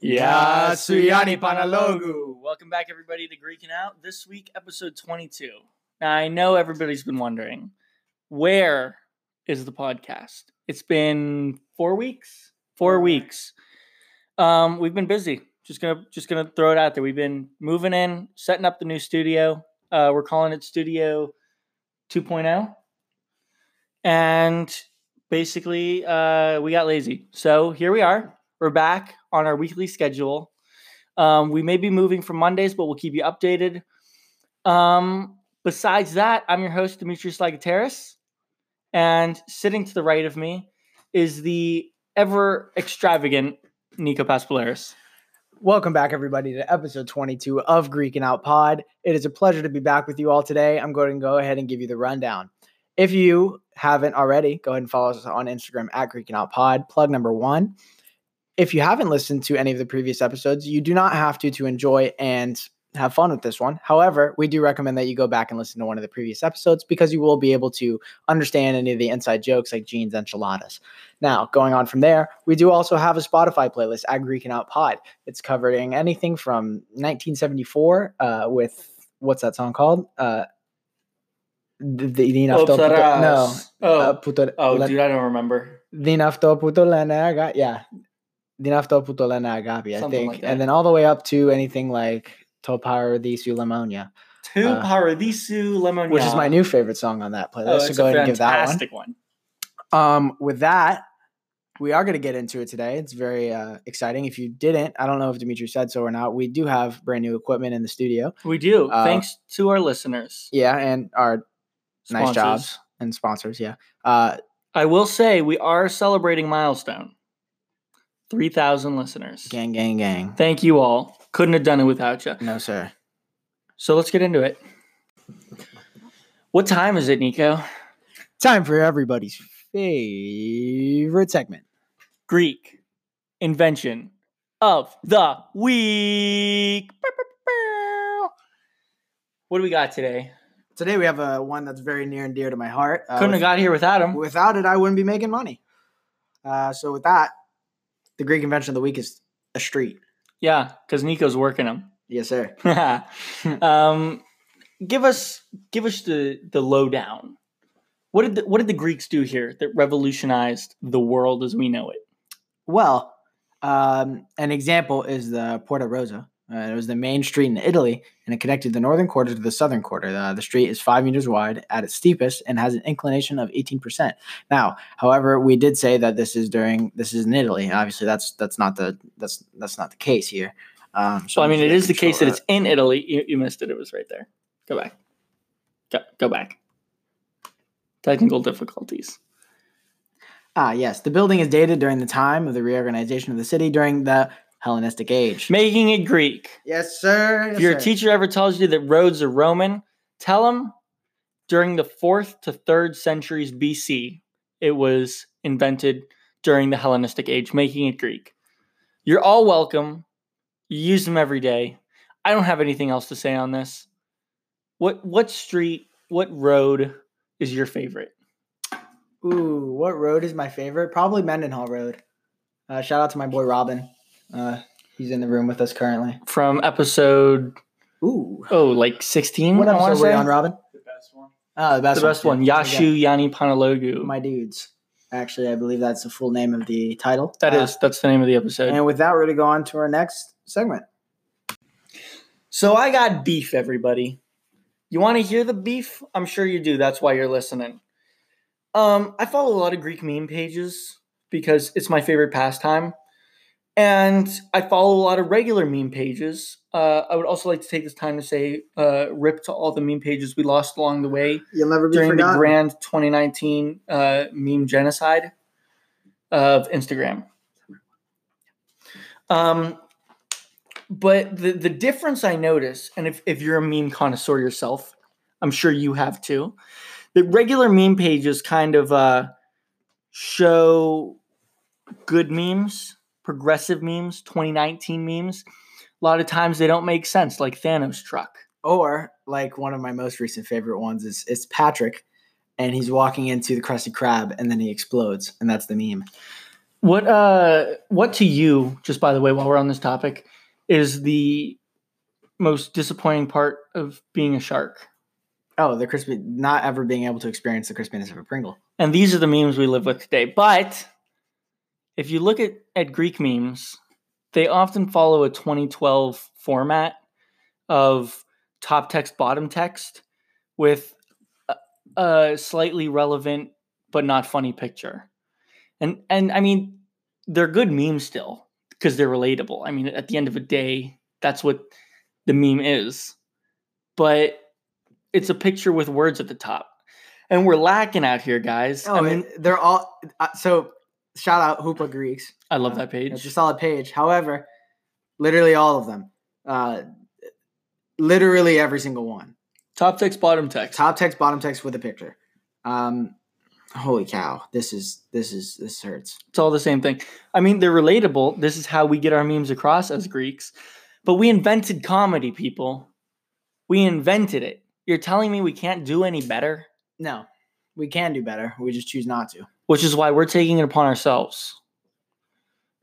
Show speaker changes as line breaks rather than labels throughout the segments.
Yeah, Suyani Panalogu.
Panalogu. Welcome back, everybody, to Greeking Out. This week, episode 22. Now, I know everybody's been wondering where is the podcast? It's been four weeks. Four weeks. Um, we've been busy. Just gonna just gonna throw it out there. We've been moving in, setting up the new studio. Uh, we're calling it Studio 2.0, and basically, uh, we got lazy. So here we are. We're back on our weekly schedule. Um, we may be moving from Mondays, but we'll keep you updated. Um, besides that, I'm your host, Demetrius Lagateris. And sitting to the right of me is the ever extravagant Nico Pascalaris.
Welcome back, everybody, to episode 22 of Greek and Out Pod. It is a pleasure to be back with you all today. I'm going to go ahead and give you the rundown. If you haven't already, go ahead and follow us on Instagram at Greek and Out Pod, plug number one. If you haven't listened to any of the previous episodes, you do not have to to enjoy and have fun with this one. However, we do recommend that you go back and listen to one of the previous episodes because you will be able to understand any of the inside jokes like jeans enchiladas. Now, going on from there, we do also have a Spotify playlist at Greek and Out Pod. It's covering anything from 1974 uh, with what's that song called? Uh, the, the, the Nafto Puto, no,
Oh,
uh, puto,
oh
le-
dude, I don't remember.
Din Afto Puto Lana Aga- yeah, Din Afto Puto Lana Agapi, I
Something
think,
like that.
and then all the way up to anything like Topar di Sulamonia,
Tu
Uh,
Paradisu Lemon.
which is my new favorite song on that
Oh,
playlist. so
it's
go
a
ahead and give that one.
fantastic one.
Um, with that, we are going to get into it today. It's very uh, exciting. If you didn't, I don't know if Dimitri said so or not. We do have brand new equipment in the studio.
We do.
Uh,
Thanks to our listeners.
Yeah, and our nice
Sponsors.
jobs and sponsors. Yeah. Uh,
I will say we are celebrating milestone. 3,000 listeners.
gang, gang, gang.
Thank you all. Couldn't have done it without you.
No, sir.
So let's get into it. What time is it, Nico?
Time for everybody's favorite segment.
Greek invention of the week. What do we got today?
Today we have a one that's very near and dear to my heart. Uh,
Couldn't have got here without him.
Without it, I wouldn't be making money. Uh, so with that, the Greek invention of the week is a street.
Yeah, because Nico's working him.
Yes, sir.
um, give us give us the the lowdown. What did the, what did the Greeks do here that revolutionized the world as we know it?
Well, um, an example is the Porta Rosa. Uh, it was the main street in Italy, and it connected the northern quarter to the southern quarter. Uh, the street is five meters wide at its steepest and has an inclination of 18%. Now, however, we did say that this is during this is in Italy. Obviously, that's that's not the that's that's not the case here. Um,
So I mean, it is the case that
it's.
it's in Italy. You, you missed it. It was right there. Go back. Go, go back. Technical difficulties.
Ah, yes. The building is dated during the time of the reorganization of the city during the Hellenistic Age.
Making it Greek.
Yes, sir.
if your teacher ever tells you that roads are Roman, tell them during the fourth to third centuries BC, it was invented during the Hellenistic age, making it Greek. You're all welcome. You use them every day. I don't have anything else to say on this. What what street, what road is your favorite?
Ooh, what road is my favorite? Probably Mendenhall Road. Uh, shout out to my boy Robin. Uh, he's in the room with us currently.
From episode
Ooh,
oh like 16
what
I want
episode
to
were
say.
you on, Robin?
the best one.
Oh, the best
The best one,
yeah. Yeah.
Yashu Yani Panalogu.
My dudes. Actually, I believe that's the full name of the title.
that
Uh,
is that's the name of the episode.
And with that, we're gonna go on to our next segment.
So I got beef, everybody. You want to hear the beef? I'm sure you do. That's why you're listening. Um, I follow a lot of Greek meme pages because it's my favorite pastime. And I follow a lot of regular meme pages. Uh, I would also like to take this time to say uh, rip to all the meme pages we lost along the way
You'll never be
during the
forgotten.
grand 2019 uh, meme genocide of Instagram. Um, but the the difference I notice, and if, if you're a meme connoisseur yourself, I'm sure you have too, that regular meme pages kind of uh, show good memes, progressive memes, 2019 memes. A lot of times they don't make sense, like Thanos truck.
Or like one of my most recent favorite ones is it's Patrick, and he's walking into the Krusty Krab, and then he explodes, and that's the meme.
What uh what to you, just by the way, while we're on this topic, is the most disappointing part of being a shark?
Oh, the crispy, not ever being able to experience the crispiness of a Pringle.
And these are the memes we live with today. But if you look at, at Greek memes, they often follow a 2012 format of top text, bottom text with a, a slightly relevant but not funny picture. And and I mean, they're good memes still because they're relatable. I mean, at the end of the day, that's what the meme is. But it's a picture with words at the top. And we're lacking out here, guys.
Oh,
I mean,
they're all uh, so. Shout out Hoopa Greeks.
I love that
It's a
page.
solid page. However, literally all of them, uh, literally every single one.
Top text, bottom text.
Top text, bottom text with a picture. Um, holy cow! This is this is this hurts.
It's all the same thing. I mean, they're relatable. This is how we get our memes across as Greeks. But we invented comedy, people. We invented it. You're telling me we can't do any better?
No, we can do better. We just choose not to.
Which is why we're taking it upon ourselves.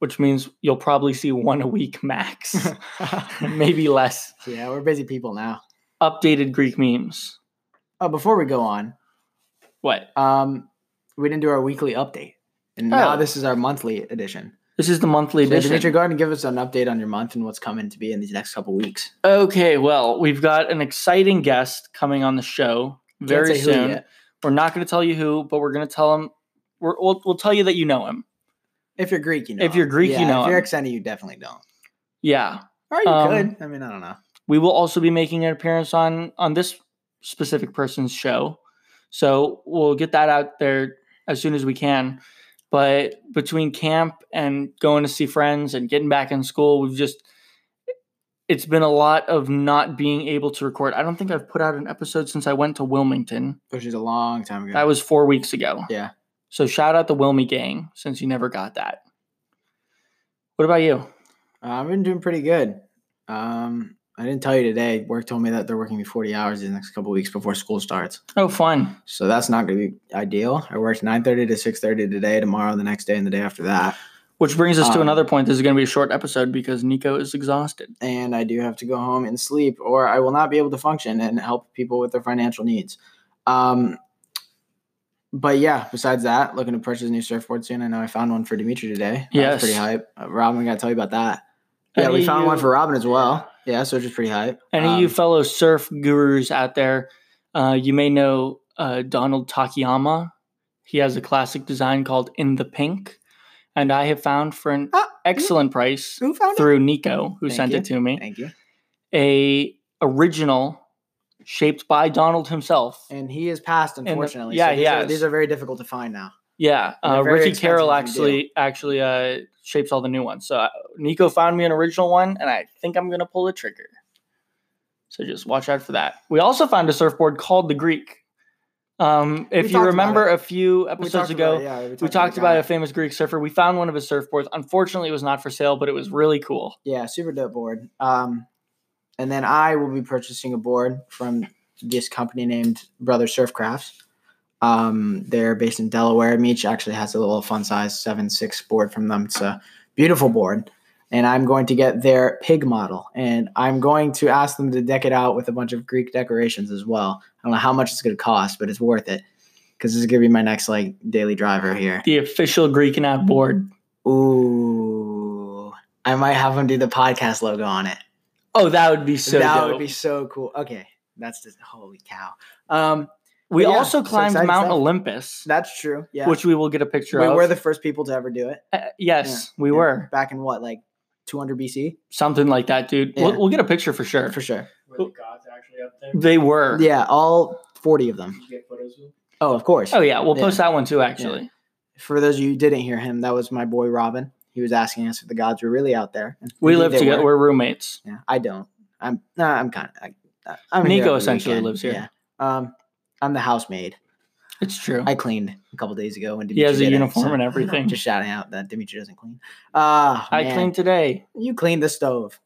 Which means you'll probably see one a week max, maybe less.
yeah, we're busy people now.
Updated Greek memes.
Oh, before we go on,
What?
um, we didn't do our weekly update, and now
Oh.
this is our monthly edition.
This is the monthly
So, Dimitri,
edition.
go ahead and give us an update on your month and what's coming to be in these next couple weeks.
Okay, well, we've got an exciting guest coming on the show
Can't
very
say who
soon.
yet.
We're not going to tell you who, but we're going to tell him. We're, we'll, we'll tell you that you know him.
If you're Greek, you know.
If you're
him.
Greek, you
Yeah,
know
If you're
him.
Xenia, you definitely don't.
Yeah,
Or you
Um,
could. I mean, I don't know.
we will also be making an appearance on on this specific person's show, so we'll get that out there as soon as we can. But between camp and going to see friends and getting back in school, we've just it's been a lot of not being able to record. I don't think I've put out an episode since I went to Wilmington.
Which is a long time ago.
That was four weeks ago.
Yeah.
So shout out the Wilmy gang since you never got that. What about you?
Uh, I've been doing pretty good. Um, I didn't tell you today. Work told me that they're working me 40 hours in the next couple weeks before school starts.
Oh, fun.
So that's not going to be ideal. I worked 9:30 to 6:30 today, tomorrow, the next day, and the day after that.
Which brings us to
Um,
another point. This is going to be a short episode because Nico is exhausted.
And I do have to go home and sleep, or I will not be able to function and help people with their financial needs. Um, but yeah, besides that, looking to purchase a new surfboard soon. I know I found one for Dimitri today. That was pretty
Yes.
hype. Uh, Robin, got to tell you about that. Yeah,
Any
we found
you-
one for Robin as well. Yeah, so it's just pretty hype.
Any of you
Um,
fellow surf gurus out there, uh, you may know uh, Donald Takayama. He has a classic design called In the Pink, and I have found for an
Ah,
excellent price
who found it?
through Nico, who
Thank
sent
you.
it to me,
Thank you.
a original shaped by Donald himself.
And he is passed,
the-
unfortunately.
yeah,
so
he
these, are,
has.
these are very difficult to find now.
Yeah,
And they're
uh,
very
Ricky
expensive
Carroll
if you do.
actually actually uh, shapes all the new ones. So uh, Nico found me an original one, and I think I'm gonna pull the trigger. So just watch out for that. We also found a surfboard called the Greek. Um, if you
talked about
remember a few
We
episodes
talked
ago,
about it, yeah,
we talked about a
it.
famous Greek surfer. We found one of his surfboards. Unfortunately, it was not for sale, but it was really cool.
Yeah, super dope board. Um, and then I will be purchasing a board from this company named Brother Surf Crafts. Um, they're based in Delaware. Meach actually has a little fun size seven six board from them. It's a beautiful board. And I'm going to get their pig model. And I'm going to ask them to deck it out with a bunch of Greek decorations as well. I don't know how much it's going to cost, but it's worth it. Because this is going to be my next like daily driver here.
The official Greek and out board.
Ooh. I might have them do the podcast logo on it.
Oh, that would be so.
that
dope.
would be so cool. Okay, that's just holy cow. Um,
we
yeah,
also
so
climbed
exciting
Mount
stuff.
Olympus,
that's true. Yeah,
which we will get a picture
we
of.
were the first people to ever do it.
Uh, yes, we
Yeah,
were.
back in what like 200 BC
something like that, dude. We'll,
Yeah.
we'll get a picture for sure.
for sure.
Were the gods actually up there?
They were.
Yeah, all 40 of them.
Did you get photos of them?
Oh, of course.
Oh yeah, we'll
Yeah.
post that one too. Actually,
For those of you who didn't hear him, that was my boy Robin. He was asking us if the gods were really out there. And
we
indeed
live
they
together.
were.
We're roommates.
Yeah, I don't. I'm. Nah, I'm kind of. I'm here
Nico
every
essentially lives here.
Yeah. Um, I'm the housemaid.
It's true.
I cleaned a couple days ago when
he has a
Dimitri did it,
uniform
so-
and everything.
Just shouting out that Dimitri doesn't clean. Ah,
I
man.
cleaned today
You cleaned the stove.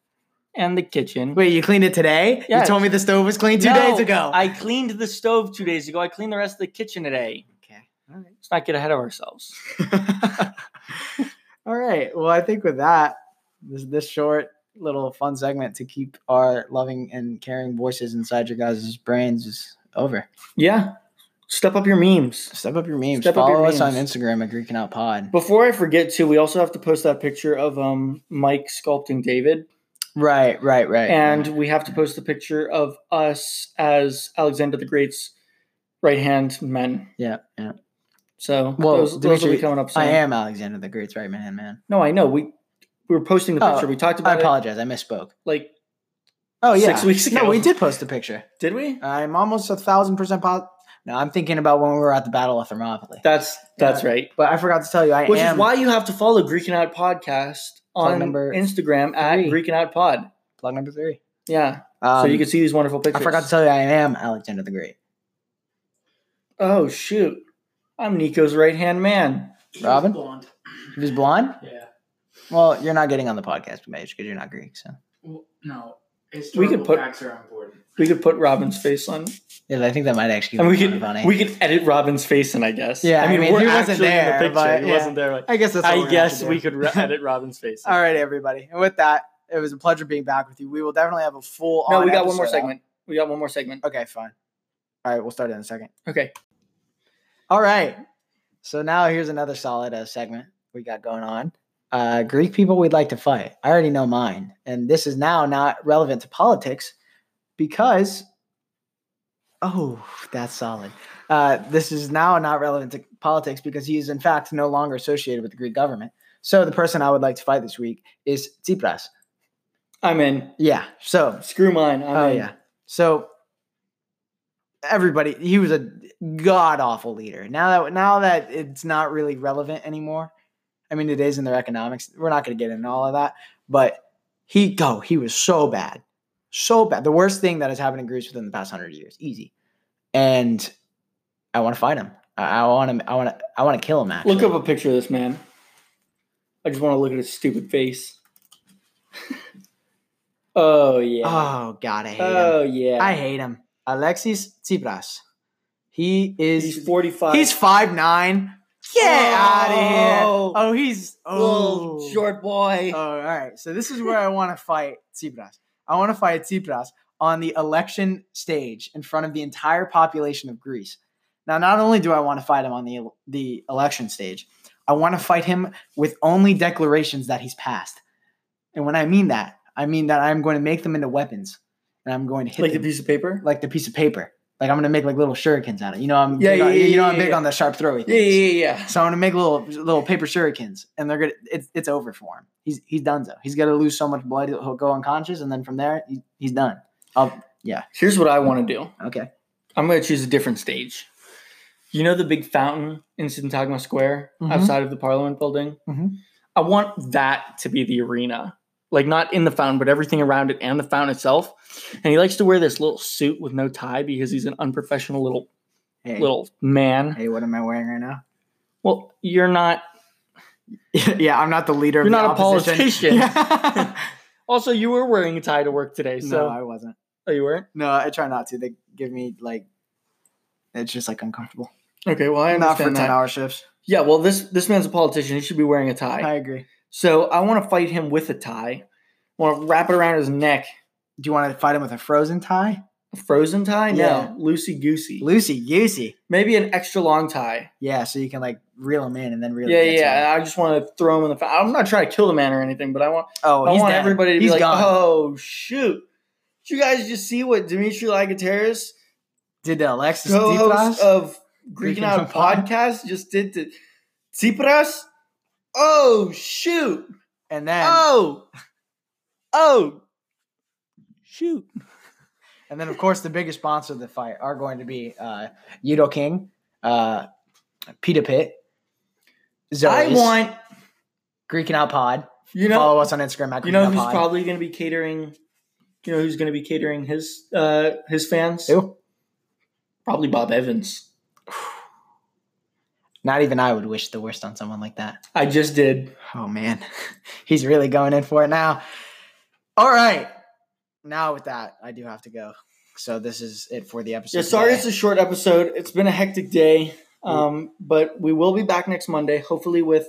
and the kitchen.
Wait, you cleaned it today? You
Yes.
told me the stove was cleaned two
No,
days ago.
I cleaned the stove two days ago. I cleaned the rest of the kitchen today.
okay. All
Let's not get ahead of ourselves.
right. All right. Well, I think with that, this this short little fun segment to keep our loving and caring voices inside your guys' brains is over.
Yeah. Step up your memes.
Step up your memes.
Step up
Follow
your
us on
memes.
Instagram at Greeking Out Pod.
Before I forget, too, we also have to post that picture of um, Mike sculpting David,
Right, right, right.
and we have to post the picture of us as Alexander the Great's right hand men.
yeah, yeah.
So
Well,
those, those will
Dimitri,
be coming up soon.
I am Alexander the Great's right man, man.
No, I know. We we were posting the
Oh,
picture. we talked
I
about it.
apologize. I misspoke.
Like,
Oh yeah,
Six weeks ago.
No, we did post a picture.
did we?
I'm almost a thousand percent positive. No, I'm thinking about when we were at the Battle of Thermopylae.
That's that's right.
But I forgot to tell you, I
Which
am.
is why you have to follow Greek and Out Podcast
Plug
on
number
Instagram at
three.
Greek and Out Pod.
plug number three.
Yeah,
Um,
so you can see these wonderful pictures.
I forgot to tell you, I am Alexander the Great.
Oh shoot, I'm Nico's right hand man.
Robin?
Blonde.
He was blonde.
Yeah.
Well, you're not getting on the podcast page because you're not Greek. So
Well, no.
We could
Historical
put-
facts are important.
We could put Robin's face on,
yeah, I think that might actually
and we
be
could
funny.
we could edit Robin's face in. I guess.
Yeah,
I
I
mean,
mean,
we're
he wasn't
actually in
there,
the picture.
but
He
yeah.
wasn't there. Like,
I guess that's. what we're
I
gonna have to
guess
do.
we could re- edit Robin's face.
All right, everybody. And with that, it was a pleasure being back with you. We will definitely have a full.
No, we got one more segment. We got one more segment.
Okay, fine. All right, we'll start it in a second.
Okay.
All right. So now here's another solid uh, segment we got going on. Uh, Greek people we'd like to fight. I already know mine, and this is now not relevant to politics because oh, that's solid. Uh, this is now not relevant to politics because he is in fact no longer associated with the Greek government. So the person I would like to fight this week is Tsipras.
I'm in.
Yeah. So
Screw mine. I'm
Oh
in.
yeah. So everybody, he was a god awful leader. Now that now that it's not really relevant anymore. I mean, today's in their economics. We're not going to get into all of that, but he go. he was so bad, so bad. The worst thing that has happened in Greece within the past hundred years, easy. And I want to fight him. I want him. I want to. I want to kill him. Actually,
Look up a picture of this man. I just want to look at his stupid face. oh yeah.
Oh God, I hate him.
oh yeah.
I hate him. Alexis Tsipras. He is
He's 45.
He's five nine. Get out of here.
Oh.
Oh, he's
little
oh
short boy.
Oh, all right. So this is where I want to fight Tsipras. I want to fight Tsipras on the election stage in front of the entire population of Greece. Now, not only do I want to fight him on the the election stage, I want to fight him with only declarations that he's passed. And when I mean that, I mean that I'm going to make them into weapons, and I'm going to hit
like a
them
piece of paper.
like the piece of paper. Like I'm gonna make like little shurikens out of it. You know, I'm
Yeah,
you know,
yeah, yeah,
you know
yeah,
I'm big
yeah.
on the sharp throwy.
yeah,
things.
yeah, yeah.
So I'm gonna make little little paper shurikens, and they're gonna it's it's over for him. He's he's done though. He's gonna lose so much blood he'll go unconscious, and then from there he, he's done. Oh
Here's what I want to do.
okay.
I'm going to choose a different stage. You know the big fountain in Syntagma Square
Mhm.
outside of the Parliament building?
Mhm.
I want that to be the arena. Like, not in the fountain, but everything around it and the fountain itself. And he likes to wear this little suit with no tie because he's an unprofessional little
Hey,
little man.
hey, what am I wearing right now?
Well, you're not.
yeah, I'm not the leader.
You're
of the
not a
opposition.
politician. Also, you were wearing a tie to work today. So,
no, I wasn't.
oh, you weren't?
No, I try not to. They give me like it's just like uncomfortable.
Okay, well, I
Not for
understand
ten
that.
hour shifts.
Yeah, well, this this man's a politician. He should be wearing a tie.
I agree.
So I want to fight him with a tie. I want to wrap it around his neck.
Do you want to fight him with a frozen tie?
A frozen tie? No.
Yeah.
Loosey goosey.
Lucy, Goosey.
Maybe an extra long tie.
Yeah, so you can like reel him in and then reel.
yeah,
him
yeah. I just want to throw him in the. Fa- I'm not trying to kill the man or anything, but I want
Oh,
I
he's
want
dead.
everybody to
He's
be like,
gone.
oh shoot. Did you guys just see what Dimitri Ligateris,
Did the Alexis
co-host
Tsipras?
of Greek and
Greek and
Out
Out
podcast, just did to Tsipras? Oh shoot!
and then
Oh, oh, shoot!
and then of course the biggest sponsor of the fight are going to be uh Yudo King, uh Peter Pitt, Zoes,
I want
Greek and Out Pod.
you know
Follow us on Instagram at
you
Greek
know
and
who's
Out Pod.
probably going to be catering. You know who's going to be catering his uh his fans?
Who?
Probably Bob Evans.
Not even I would wish the worst on someone like that.
I just did.
Oh man, he's really going in for it now. All right, now with that, I do have to go. So this is it for the episode.
Yeah, sorry,
today.
it's a short episode. It's been a hectic day, um, but we will be back next Monday, hopefully with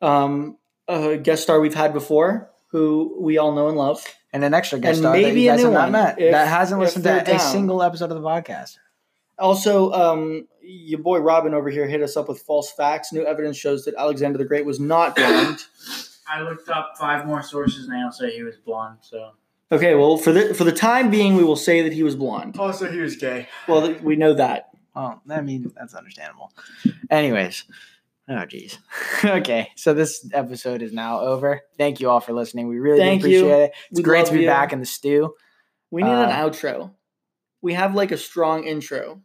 um a guest star we've had before who we all know and love.
and an extra guest
And
star that
maybe
you
a
guys
new
have not
one,
met
if-
that hasn't
if
listened
they're
to a
down.
single episode of the podcast.
Also, um, your boy Robin over here hit us up with false facts. New evidence shows that Alexander the Great was not blind.
I looked up five more sources and they all say he was blonde. So
okay, well, for the for the time being, we will say that he was blonde.
also he was gay.
Well, th- we know that.
Well, I mean that's understandable. Anyways, oh geez. okay, so this episode is now over. Thank you all for listening. We really do
Thank
appreciate
you.
it. It's
We
great
love
to be
you.
back in the stew.
We need an
Uh,
outro. We have like a strong intro.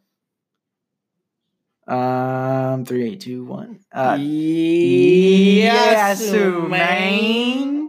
Um, three, two, one. Uh,
yes,
Yes, man.